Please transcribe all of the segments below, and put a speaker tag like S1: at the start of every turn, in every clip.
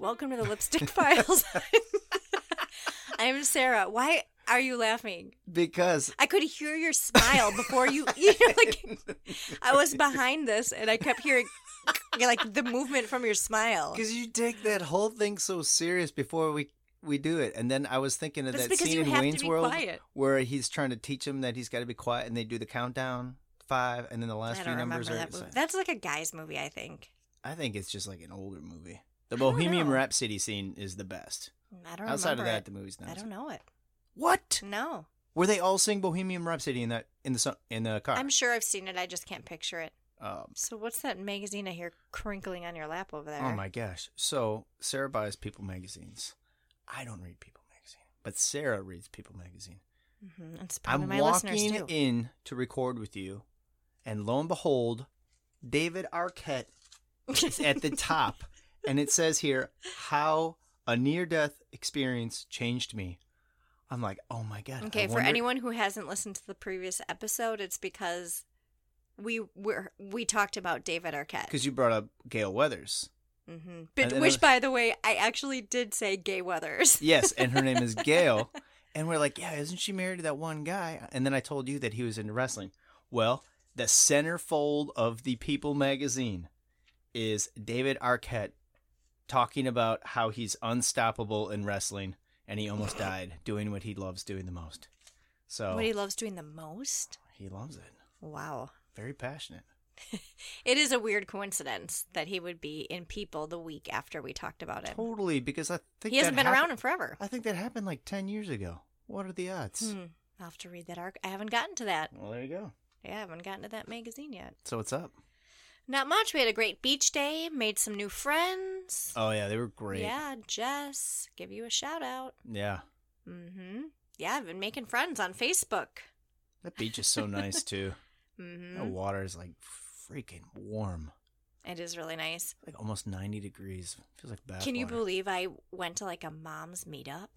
S1: Welcome to the Lipstick Files. I'm Sarah. Why are you laughing?
S2: because
S1: I could hear your smile before you. You know, like I was behind this, and I kept hearing like the movement from your smile.
S2: because you take that whole thing so serious before we we do it, and then I was thinking of
S1: That's
S2: that
S1: because
S2: scene
S1: you
S2: in
S1: have to
S2: Wayne's
S1: be
S2: World
S1: quiet.
S2: where he's trying to teach him that he's got to be quiet, and they do the countdown five, and then the last
S1: I
S2: few
S1: don't
S2: numbers
S1: remember
S2: are.
S1: that movie. That's like a guy's movie, I think.
S2: I think it's just like an older movie. The
S1: don't
S2: Bohemian
S1: know.
S2: Rhapsody scene is the best.
S1: I don't
S2: Outside of
S1: remember
S2: that,
S1: it.
S2: the movie's not.
S1: I don't know it.
S2: What?
S1: No,
S2: Were they all sing Bohemian Rhapsody in that in the su- in the car?
S1: I'm sure I've seen it. I just can't picture it.
S2: Um,
S1: So what's that magazine I hear crinkling on your lap over there?
S2: oh my gosh! So Sarah buys People magazines. I don't read People magazine, but Sarah reads People magazine.
S1: hmm It's probably
S2: I'm
S1: my listeners
S2: walking
S1: too.
S2: in to record with you, and lo and behold, David Arquette is at the top, and it says here how a near-death experience changed me. I'm like, oh my god! I
S1: Okay, for
S2: wonder-
S1: anyone who hasn't listened to the previous episode, it's because we were we talked about David Arquette.
S2: because you brought up Gail Weathers.
S1: hmm
S2: and
S1: But
S2: then
S1: which,
S2: it was-
S1: by the way, I actually did say Gay Weathers.
S2: Yes, and her name is Gail. And we're like, yeah, isn't she married to that one guy? And then I told you that he was into wrestling. Well, the centerfold of the People magazine is David Arquette talking about how he's unstoppable in wrestling and he almost died doing what he loves doing the most. So
S1: What
S2: he,
S1: he loves doing the most.
S2: loves it.
S1: Wow,
S2: Very passionate.
S1: it is a weird coincidence that he would be in People the week after we talked about it.
S2: Totally, because I think
S1: He hasn't
S2: that
S1: been
S2: happen-
S1: around in forever.
S2: I think that happened like 10 years ago. What are the odds?
S1: Hmm. I'll have to read that arc. I haven't gotten to that.
S2: Well, there you go.
S1: Yeah, I haven't gotten to that magazine yet.
S2: So what's up?
S1: Not much. We had a great beach day, made some new friends.
S2: Oh, yeah, they were great.
S1: Yeah, Jess, give you a shout out.
S2: Yeah.
S1: Mm-hmm. Yeah, I've been making friends on Facebook.
S2: That beach is so nice too.
S1: Mm-hmm.
S2: The water is like freaking warm.
S1: It is really nice.
S2: It's like almost 90 degrees. Feels like bath
S1: Can you
S2: water.
S1: believe I went to like a mom's meetup?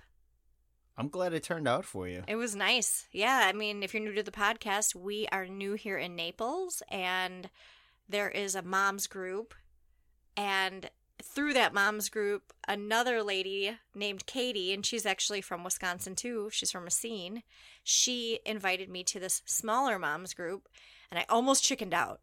S2: I'm glad it turned out for you.
S1: It was nice. Yeah, I mean, if you're new to the podcast, we are new here in Naples, and there is a mom's group, and through that mom's group, another lady named Katie, and she's actually from Wisconsin too. She's from Racine. She invited me to this smaller mom's group, and I almost chickened out.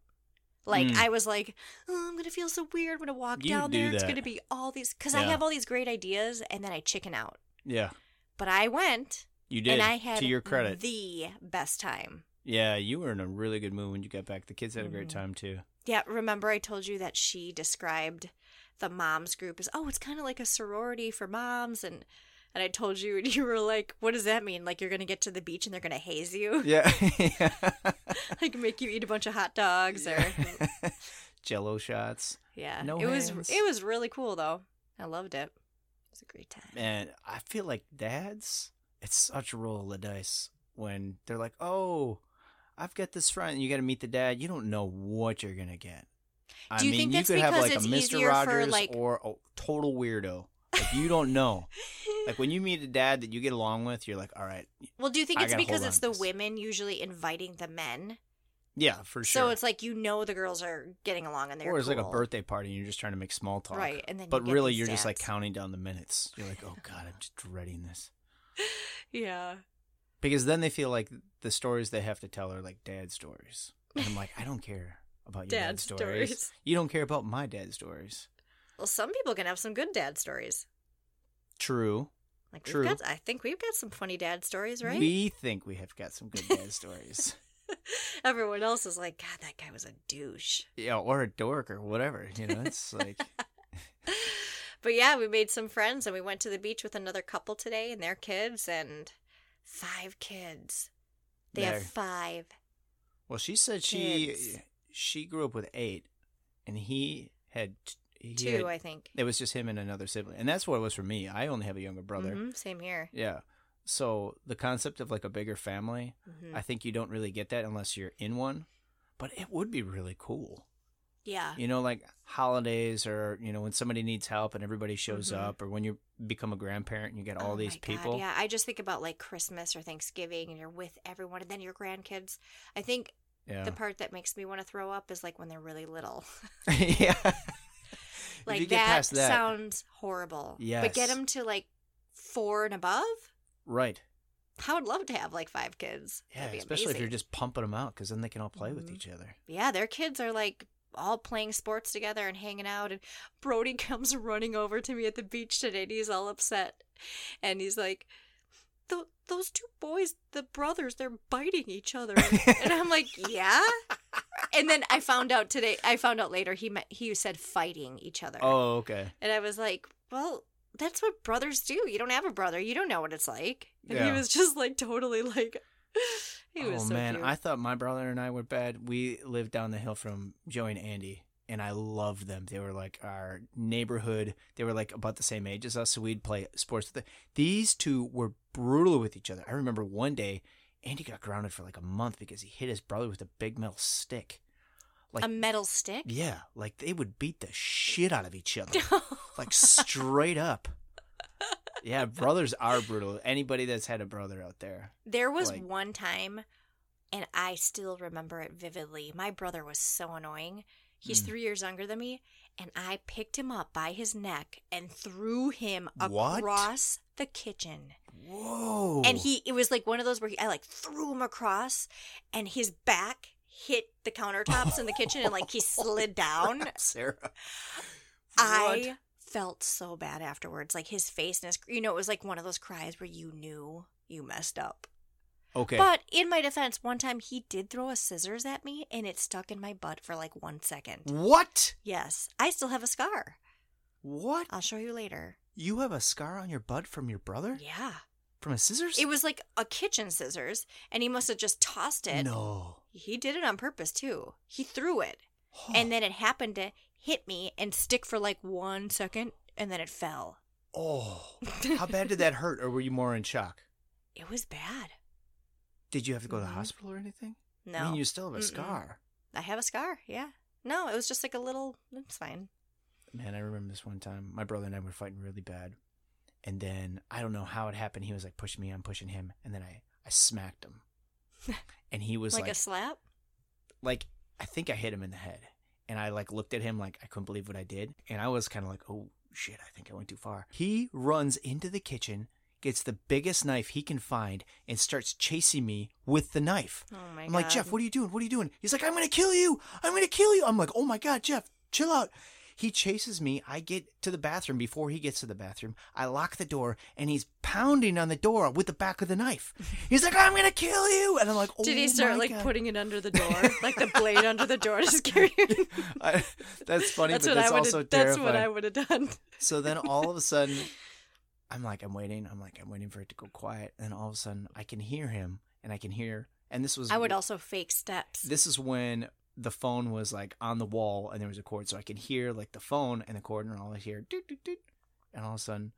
S1: Like
S2: Mm.
S1: I was like, oh, I'm gonna feel so weird. I'm gonna walk
S2: You
S1: down
S2: do
S1: there. It's
S2: that.
S1: gonna be all these because I
S2: Yeah.
S1: have all these great ideas, and then I chicken out.
S2: Yeah,
S1: But I went
S2: you did.
S1: and I had
S2: to your credit.
S1: the best time.
S2: yeah, you were in a really good mood when you got back. The kids had a great
S1: Mhm.
S2: time too.
S1: Yeah, remember I told you that she described the moms group as oh, it's kind of like a sorority for moms, and and I told you, and you were like, what does that mean? Like you're gonna get to the beach and they're gonna haze you,
S2: Yeah.
S1: like make you eat a bunch of hot dogs, or
S2: Jello shots.
S1: yeah,
S2: No
S1: it was
S2: hands.
S1: it was really cool though. I loved it. It was a great time.
S2: Man, I feel like dads, it's such a roll of the dice when they're like, oh, I've got this friend. And you got to meet the dad. You don't know what you're going to get. I
S1: Do you
S2: mean,
S1: think that's
S2: you could have
S1: because
S2: like
S1: it's
S2: a Mr.
S1: easier for,
S2: Rogers
S1: like-
S2: or a total weirdo. Like, you don't know. like when you meet a dad that you get along with, you're like, all right,
S1: Well, do you think
S2: I
S1: it's
S2: gotta
S1: because
S2: hold
S1: it's
S2: on to
S1: the
S2: this.
S1: women usually inviting the men?
S2: yeah, for sure.
S1: So it's like you know the girls are getting along and they're
S2: or it's like a
S1: cool.
S2: birthday party and you're just trying to make small talk.
S1: Right, and then you
S2: but
S1: get
S2: really,
S1: these
S2: you're just like
S1: dads.
S2: counting down the minutes. You're like, oh god, I'm just dreading this
S1: Yeah.
S2: because then they feel like the stories they have to tell are like dad stories. And I'm like, I don't care about your
S1: Dad
S2: dad stories.
S1: stories.
S2: You don't care about my dad stories.
S1: Well, some people can have some good dad stories.
S2: True.
S1: Like
S2: True.
S1: we've got I think we've got some funny dad stories, right?
S2: We think we have got some good dad stories.
S1: Everyone else is like, God, that guy was a douche.
S2: Yeah, or a dork or whatever. You know, it's like
S1: But yeah, we made some friends and we went to the beach with another couple today and their kids and five kids. They
S2: There.
S1: have five.
S2: Well, she said she
S1: Kids.
S2: she grew up with eight, and he had t- he
S1: Two,
S2: had-
S1: I think.
S2: it was just him and another sibling, and that's what it was for me. I only have a younger brother.
S1: Mhm, same here.
S2: Yeah. So the concept of like a bigger family,
S1: Mhm.
S2: I think you don't really get that unless you're in one. But it would be really cool,
S1: Yeah.
S2: you know, like holidays or you know when somebody needs help and everybody shows
S1: Mhm.
S2: up, or when you become a grandparent and you get all
S1: Oh
S2: these
S1: my God,
S2: people.
S1: yeah, I just think about like Christmas or Thanksgiving and you're with everyone and then your grandkids. I think
S2: yeah,
S1: the part that makes me want to throw up is like when they're really little.
S2: yeah.
S1: Like
S2: you get
S1: that,
S2: past that-
S1: sounds horrible. But
S2: Yes.
S1: get them to like four and above.
S2: Right.
S1: I would love to have like five kids.
S2: Yeah,
S1: That'd be
S2: especially if
S1: amazing.
S2: you're just pumping them out, because then they can all play with
S1: Mhm.
S2: each other.
S1: yeah, their kids are like all playing sports together and hanging out. And Brody comes running over to me at the beach today and he's all upset. And he's like, "Tho- Those two boys, the brothers, they're biting each other. and I'm like, Yeah. And then I found out today, I found out later, he, meant, he said fighting each other.
S2: Oh, okay.
S1: And I was like, Well, that's what brothers do. You don't have a brother, you don't know what it's like. And
S2: Yeah.
S1: he was just like, totally like, he was
S2: oh
S1: so
S2: man,
S1: cute.
S2: I thought my brother and I were bad. We lived down the hill from Joey and Andy, and I loved them. They were like our neighborhood. They were like about the same age as us, so we'd play sports with them. These two were brutal with each other. I remember one day, Andy got grounded for like a month because he hit his brother with a big metal stick. Like
S1: a metal stick?
S2: yeah, like they would beat the shit out of each other. like straight up. Yeah, brothers are brutal. Anybody that's had a brother out there.
S1: There was
S2: Like-
S1: one time, and I still remember it vividly. My brother was so annoying. He's
S2: Mm.
S1: three years younger than me, and I picked him up by his neck and threw him
S2: What?
S1: across the kitchen.
S2: Whoa.
S1: And he, it was like one of those where he, I like threw him across, and his back hit the countertops in the kitchen, and like he slid down.
S2: Sarah.
S1: I felt so bad afterwards. Like his face and his, you know, it was like one of those cries where you knew you messed up.
S2: Okay.
S1: But in my defense, one time he did throw a scissors at me and it stuck in my butt for like one
S2: Mm.
S1: second.
S2: what?
S1: Yes, I still have a scar.
S2: What?
S1: I'll show you later.
S2: You have a scar on your butt from your brother?
S1: Yeah.
S2: From his scissors?
S1: It was like a kitchen scissors and he must have just tossed it.
S2: No.
S1: He did it on purpose too. He threw it and then it happened to hit me and stick for like one second and then it fell.
S2: Oh. How bad did that hurt or were you more in shock?
S1: It was bad.
S2: Did you have to go to the
S1: Mhm.
S2: hospital or anything?
S1: No.
S2: I mean, you still have a
S1: Mm-mm.
S2: scar.
S1: I have a scar. Yeah. No, it was just like a little. It's fine.
S2: Man, I remember this one time. My brother and I were fighting really bad. And then I don't know how it happened. He was like pushing me, I'm pushing him, and then I, I smacked him. And he was
S1: Like,
S2: like,
S1: a slap.
S2: like I think I hit him in the head. And I like looked at him like I couldn't believe what I did. And I was kind of like, oh shit, I think I went too far. He runs into the kitchen, gets the biggest knife he can find, and starts chasing me with the knife.
S1: Oh my
S2: I'm
S1: god.
S2: like, Jeff, what are you doing? What are you doing? He's like, I'm gonna kill you. I'm gonna kill you. I'm like, oh my god, Jeff, chill out. He chases me. I get to the bathroom before he gets to the bathroom. I lock the door, and he's pounding on the door with the back of the knife. He's like, I'm gonna kill you, and I'm like, oh
S1: Did he start
S2: my
S1: like
S2: God.
S1: putting it under the door, like the blade under the door to scare you?
S2: I, that's funny,
S1: that's
S2: but
S1: what
S2: that's
S1: I would.
S2: also
S1: have.
S2: terrifying.
S1: That's what I would have done.
S2: So then all of a sudden, I'm like, I'm waiting. I'm like, I'm waiting for it to go quiet. And all of a sudden, I can hear him, and I can hear. And this was
S1: I would also fake steps.
S2: This is when the phone was like on the wall, and there was a cord, so I could hear like the phone and the cord, and all I hear doot doot doot. And all of a sudden,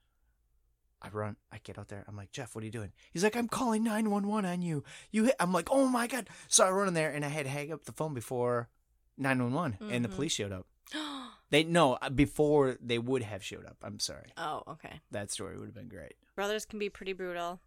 S2: I run. I get out there. I'm like, Jeff, what are you doing? He's like, I'm calling nine one one on you. You hit. I'm like, oh my god. So I run in there, and I had to hang up the phone before nine one one, and the
S1: Mhm.
S2: police showed up. They no uh, before they would have showed up. I'm sorry.
S1: oh, okay.
S2: That story would have been great.
S1: Brothers can be pretty brutal.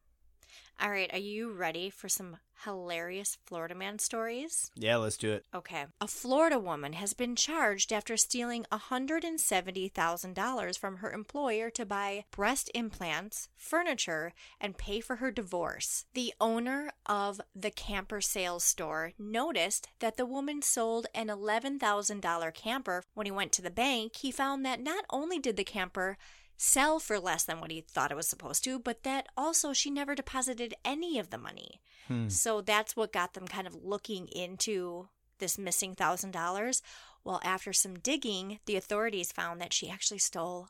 S1: All right, are you ready for some hilarious Florida man stories?
S2: Yeah, let's do it.
S1: Okay. A Florida woman has been charged after stealing $170,000 from her employer to buy breast implants, furniture, and pay for her divorce. The owner of the camper sales store noticed that the woman sold an $11,000 camper. When he went to the bank, he found that not only did the camper sell for less than what he thought it was supposed to, but that also she never deposited any of the money.
S2: Hmm.
S1: So that's what got them kind of looking into this missing thousand dollars. Well, after some digging, the authorities found that she actually stole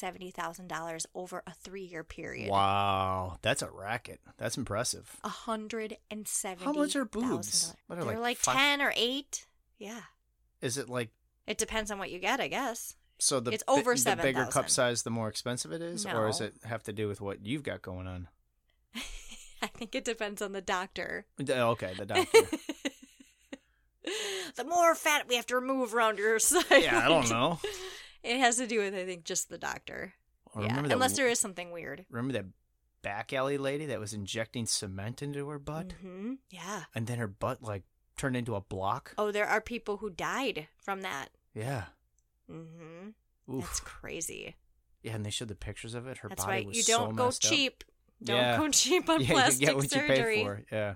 S1: $170,000 over a three year period.
S2: Wow, that's a racket. That's impressive.
S1: A hundred and seventy.
S2: How much are boobs? What
S1: They're
S2: are,
S1: like,
S2: like, five-
S1: ten or eight. Yeah,
S2: Is it like
S1: it depends on what you get, I guess.
S2: so? The
S1: It's
S2: bi-
S1: over
S2: The bigger
S1: 7,000.
S2: cup size, the more expensive it is, or does
S1: No.
S2: it have to do with what you've got going on?
S1: I think it depends on the doctor.
S2: D- Okay, the doctor.
S1: the more fat we have to remove around your side.
S2: yeah, I don't know.
S1: It has to do with, I think, just the doctor.
S2: Well,
S1: yeah,
S2: remember that
S1: unless
S2: w-
S1: there is something weird.
S2: remember that back alley lady that was injecting cement into her butt,
S1: hmm Yeah.
S2: and then her butt like turned into a block.
S1: Oh, there are people who died from that.
S2: Yeah,
S1: hmm That's
S2: Oof.
S1: crazy.
S2: Yeah, and they showed the pictures of it. Her
S1: That's
S2: body
S1: why
S2: was
S1: you
S2: so
S1: don't go
S2: messed up.
S1: cheap. Don't
S2: Yeah.
S1: go cheap on
S2: Yeah, you
S1: plastic
S2: get what
S1: surgery.
S2: you pay for. Yeah.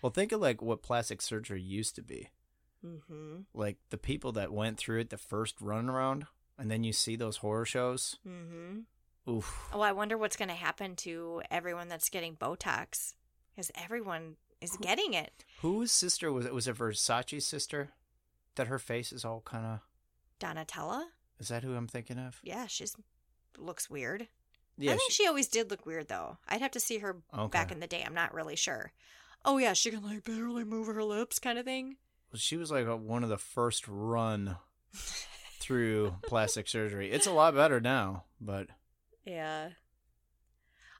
S2: Well, think of like what plastic surgery used to be.
S1: Mm-hmm.
S2: Like the people that went through it the first run around, and then you see those horror shows.
S1: Mm-hmm.
S2: Oof.
S1: Oh, I wonder what's going to happen to everyone that's getting Botox because everyone is getting it.
S2: Whose sister was it? Was it Versace's sister? That her face is all kind of.
S1: Donatella?
S2: Is that who I'm thinking of?
S1: Yeah, she's looks weird.
S2: Yeah.
S1: I think
S2: she-
S1: she, always did look weird though. I'd have to see her
S2: okay.
S1: back in the day. I'm not really sure. Oh yeah, she can like barely move her lips, kind of thing.
S2: Well, she was like a, one of the first run through plastic surgery. It's a lot better now, but
S1: Yeah.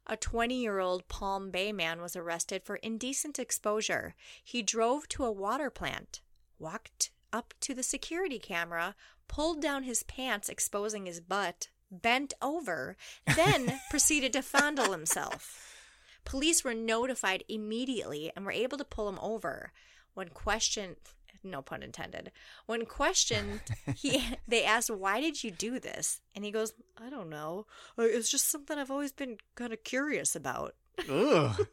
S1: A 20 year old Palm Bay man was arrested for indecent exposure. He drove to a water plant, walked up to the security camera, pulled down his pants, exposing his butt, bent over, then proceeded to fondle himself. Police were notified immediately and were able to pull him over. When questioned, no pun intended, when questioned, he they asked, "Why did you do this?" And he goes, "I don't know. Uh, It's just something I've always been kind of curious about."
S2: ugh.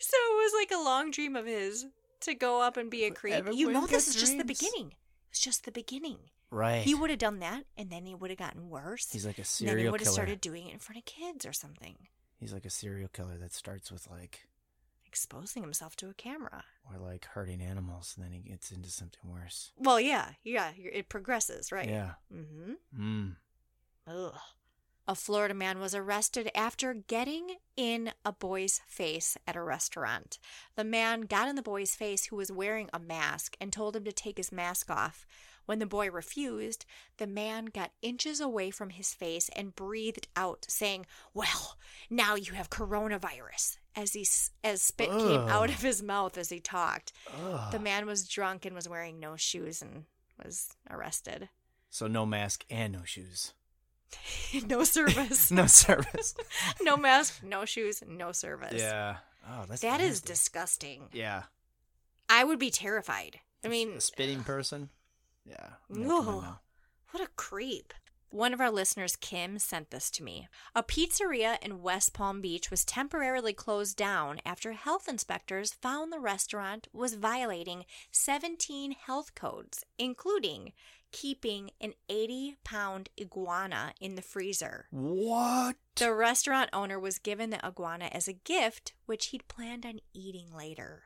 S1: So it was like a long dream of his to go up and be a creep. you
S2: everyone's
S1: know,
S2: got
S1: this is just the
S2: dreams.
S1: beginning. It's just the beginning.
S2: right.
S1: He would have done that, and then he would have gotten worse.
S2: He's like a
S1: and then he
S2: serial
S1: would
S2: killer.
S1: have started doing it in front of kids or something,
S2: He's like a serial killer that starts with like
S1: exposing himself to a camera.
S2: or like hurting animals, and then he gets into something worse.
S1: Well, yeah, yeah, you're- it progresses, right?
S2: Yeah.
S1: Mm-hmm.
S2: Mm.
S1: Ugh. A Florida man was arrested after getting in a boy's face at a restaurant. The man got in the boy's face who was wearing a mask and told him to take his mask off. When the boy refused, the man got inches away from his face and breathed out, saying, "Well, now you have coronavirus." As he s- as spit came
S2: Ugh. Ah.
S1: out of his mouth as he talked.
S2: Ugh.
S1: The man was drunk and was wearing no shoes and was arrested.
S2: so no mask and no shoes.
S1: no service.
S2: No service.
S1: no mask, no shoes, no service.
S2: yeah. Oh, that's
S1: That is
S2: nasty.
S1: disgusting.
S2: Yeah.
S1: I would be terrified. I mean,
S2: a spitting person. Yeah. No, come on
S1: Ugh.
S2: now.
S1: what a creep. One of our listeners, Kim, sent this to me. A pizzeria in West Palm Beach was temporarily closed down after health inspectors found the restaurant was violating 17 health codes, including keeping an 80 pound iguana in the freezer.
S2: What?
S1: The restaurant owner was given the iguana as a gift, which he'd planned on eating later.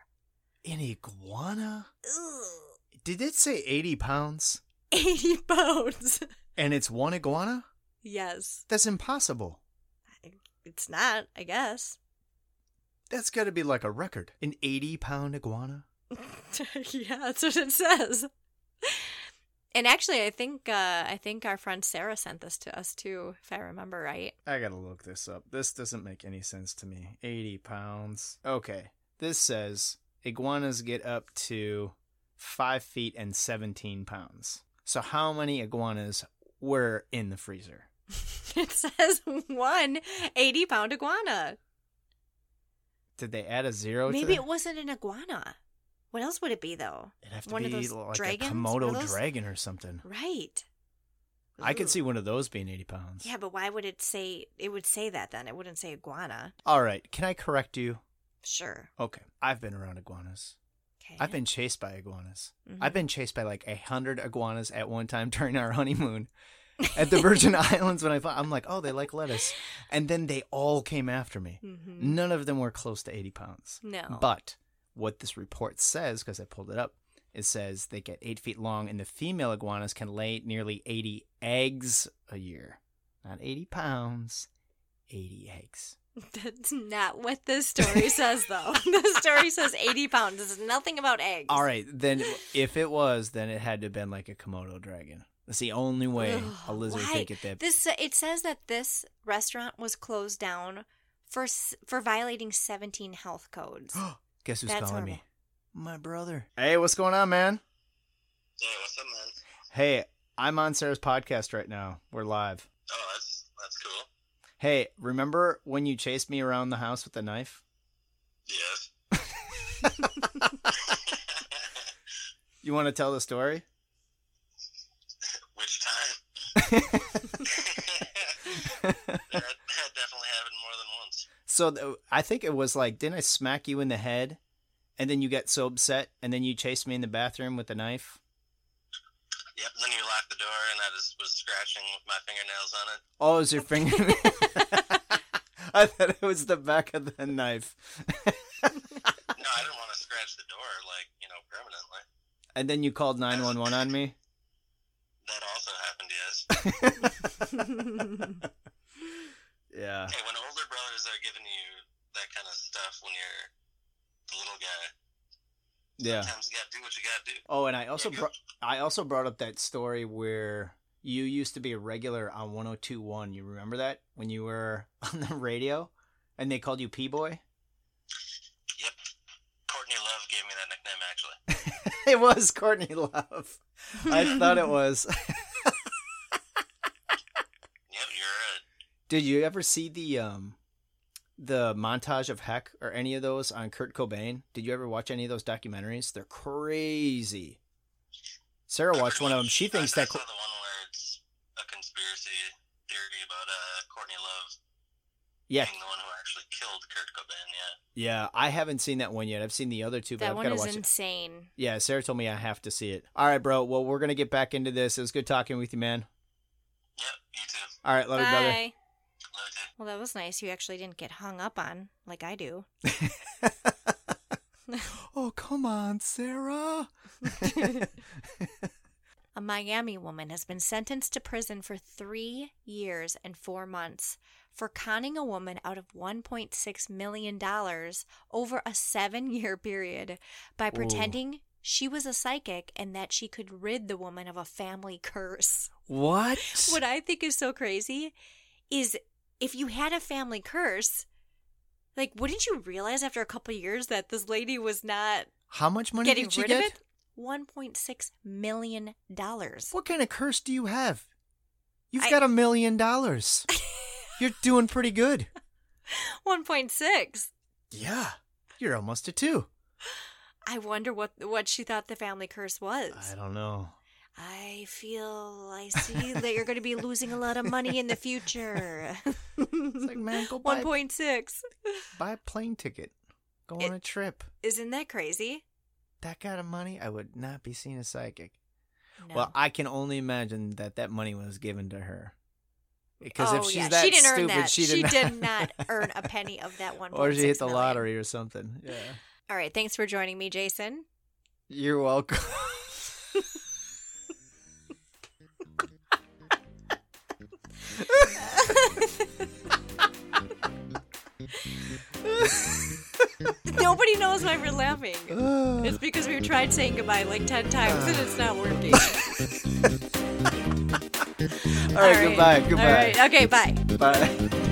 S2: An iguana?
S1: Ugh.
S2: Did it say 80 pounds?
S1: 80 pounds.
S2: And it's one iguana?
S1: yes.
S2: That's impossible.
S1: It's not, I guess.
S2: That's got to be like a record. An 80 pound iguana?
S1: yeah, that's what it says. And actually, I think uh, I think our friend Sarah sent this to us too, if I remember right.
S2: I gotta look this up. This doesn't make any sense to me. 80 pounds. Okay. This says iguanas get up to 5 feet and 17 pounds. So, how many iguanas were in the freezer?
S1: It says one 80 pound iguana.
S2: Did they add a zero to
S1: Maybe
S2: that?
S1: it wasn't an iguana. What else would it be though?
S2: It'd have to
S1: one
S2: be
S1: of those
S2: like
S1: dragons?
S2: a
S1: One
S2: Komodo
S1: of those-
S2: dragon or something.
S1: Right.
S2: I could
S1: Ooh.
S2: see one of those being 80 pounds.
S1: Yeah, but why would it say it would say that then? It wouldn't say iguana.
S2: All right. Can I correct you?
S1: Sure.
S2: Okay. I've been around iguanas.
S1: Okay.
S2: I've been chased by iguanas.
S1: Mhm.
S2: I've been chased by like a hundred iguanas at one time during our honeymoon at the Virgin Islands. When I thought I'm like, oh, they like lettuce, and then they all came after me.
S1: Mhm.
S2: None of them were close to eighty pounds.
S1: No.
S2: But what this report says, because I pulled it up, it says they get eight feet long, and the female iguanas can lay nearly eighty eggs a year. Not eighty pounds, eighty eggs.
S1: That's not what this story says, though. the story says 80 pounds. It's nothing about eggs.
S2: All right, then if it was, then it had to have been like a Komodo dragon. That's the only way a
S1: Ugh,
S2: lizard
S1: why?
S2: could get that.
S1: This uh, it says that this restaurant was closed down for s- for violating 17 health codes.
S2: Guess who's
S1: That's
S2: calling me?
S1: horrible.
S2: My brother. Hey, what's going on, man?
S3: Yeah, what's up, man?
S2: Hey, I'm on Sarah's podcast right now. We're live.
S3: Oh, that's that's cool.
S2: Hey, remember when you chased me around the house with a knife?
S3: Yes.
S2: You want to tell the story?
S3: Which time? that, that definitely happened more than once.
S2: So th- I think it was like, didn't I smack you in the head? And then you got so upset, and then you chased me in the bathroom with a knife.
S3: Yep. Then you locked the door, and I just was scratching with my fingernails on it.
S2: Oh, it was your finger. I thought it was the back of the knife.
S3: No, I didn't want to scratch the door like you know permanently.
S2: And then you called 911 on me.
S3: That also happened. Yes.
S2: Yeah.
S3: Hey, when older brothers are giving you that kind of stuff when you're the little guy,
S2: Yeah.
S3: sometimes you gotta do what you gotta do.
S2: Oh, and I also
S3: Yeah.
S2: br- I also brought up that story where you used to be a regular on 1021. You remember that when you were on the radio and they called you P-boy?
S3: Yep. Courtney Love gave me that nickname actually.
S2: It was Courtney Love. I thought it was.
S3: Yep, you're a
S2: Did you ever see the um the montage of Heck or any of those on Kurt Cobain? Did you ever watch any of those documentaries? They're crazy. Sarah watched one of them. She thinks
S3: I,
S2: that
S3: I saw the one where it's a conspiracy theory about uh, Courtney Love
S2: yeah,
S3: being the one who actually killed Kurt Cobain. Yeah,
S2: yeah. I haven't seen that one yet. I've seen the other two, but
S1: that
S2: I've
S1: one
S2: got to
S1: is
S2: watch it.
S1: insane.
S2: Yeah, Sarah told me I have to see it. All right, bro. Well, we're gonna get back into this. It was good talking with you, man.
S3: yep, you too.
S2: All right, love you, brother.
S1: Bye.
S3: Love you.
S1: Well, that was nice. You actually didn't get hung up on like I do.
S2: Oh, come on, Sarah.
S1: A Miami woman has been sentenced to prison for three years and four months for conning a woman out of $1.6 million over a seven year period by pretending she was a psychic and that she could rid the woman of a family curse.
S2: What?
S1: What I think is so crazy is if you had a family curse, like, wouldn't you realize after a couple years that this lady was not
S2: How much money
S1: getting
S2: did you
S1: rid
S2: get?
S1: of it? $1.6 million.
S2: What kind of curse do you have? You've
S1: I-
S2: got a million dollars. You're doing pretty good.
S1: 1.6.
S2: Yeah. You're almost a two.
S1: I wonder what what she thought the family curse was.
S2: I don't know.
S1: I, feel I see that you're going to be losing a lot of money in the future.
S2: It's like, man, go buy,
S1: 1.6.
S2: buy a plane ticket. Go on a trip.
S1: Isn't that crazy?
S2: That kind of money, I would not be seen as psychic.
S1: No.
S2: Well, I can only imagine that that money was given to her. Because if
S1: Oh,
S2: she's
S1: yeah.
S2: that
S1: she didn't
S2: stupid,
S1: earn that.
S2: she did not.
S1: did not earn a penny of that one.
S2: or she hit the lottery or something. Yeah.
S1: All right, thanks for joining me, Jason.
S2: You're welcome.
S1: Nobody knows why we're laughing. It's because we've tried saying goodbye like ten times and it's not working.
S2: All right, goodbye. Goodbye.
S1: All right. Okay. Bye.
S2: Bye.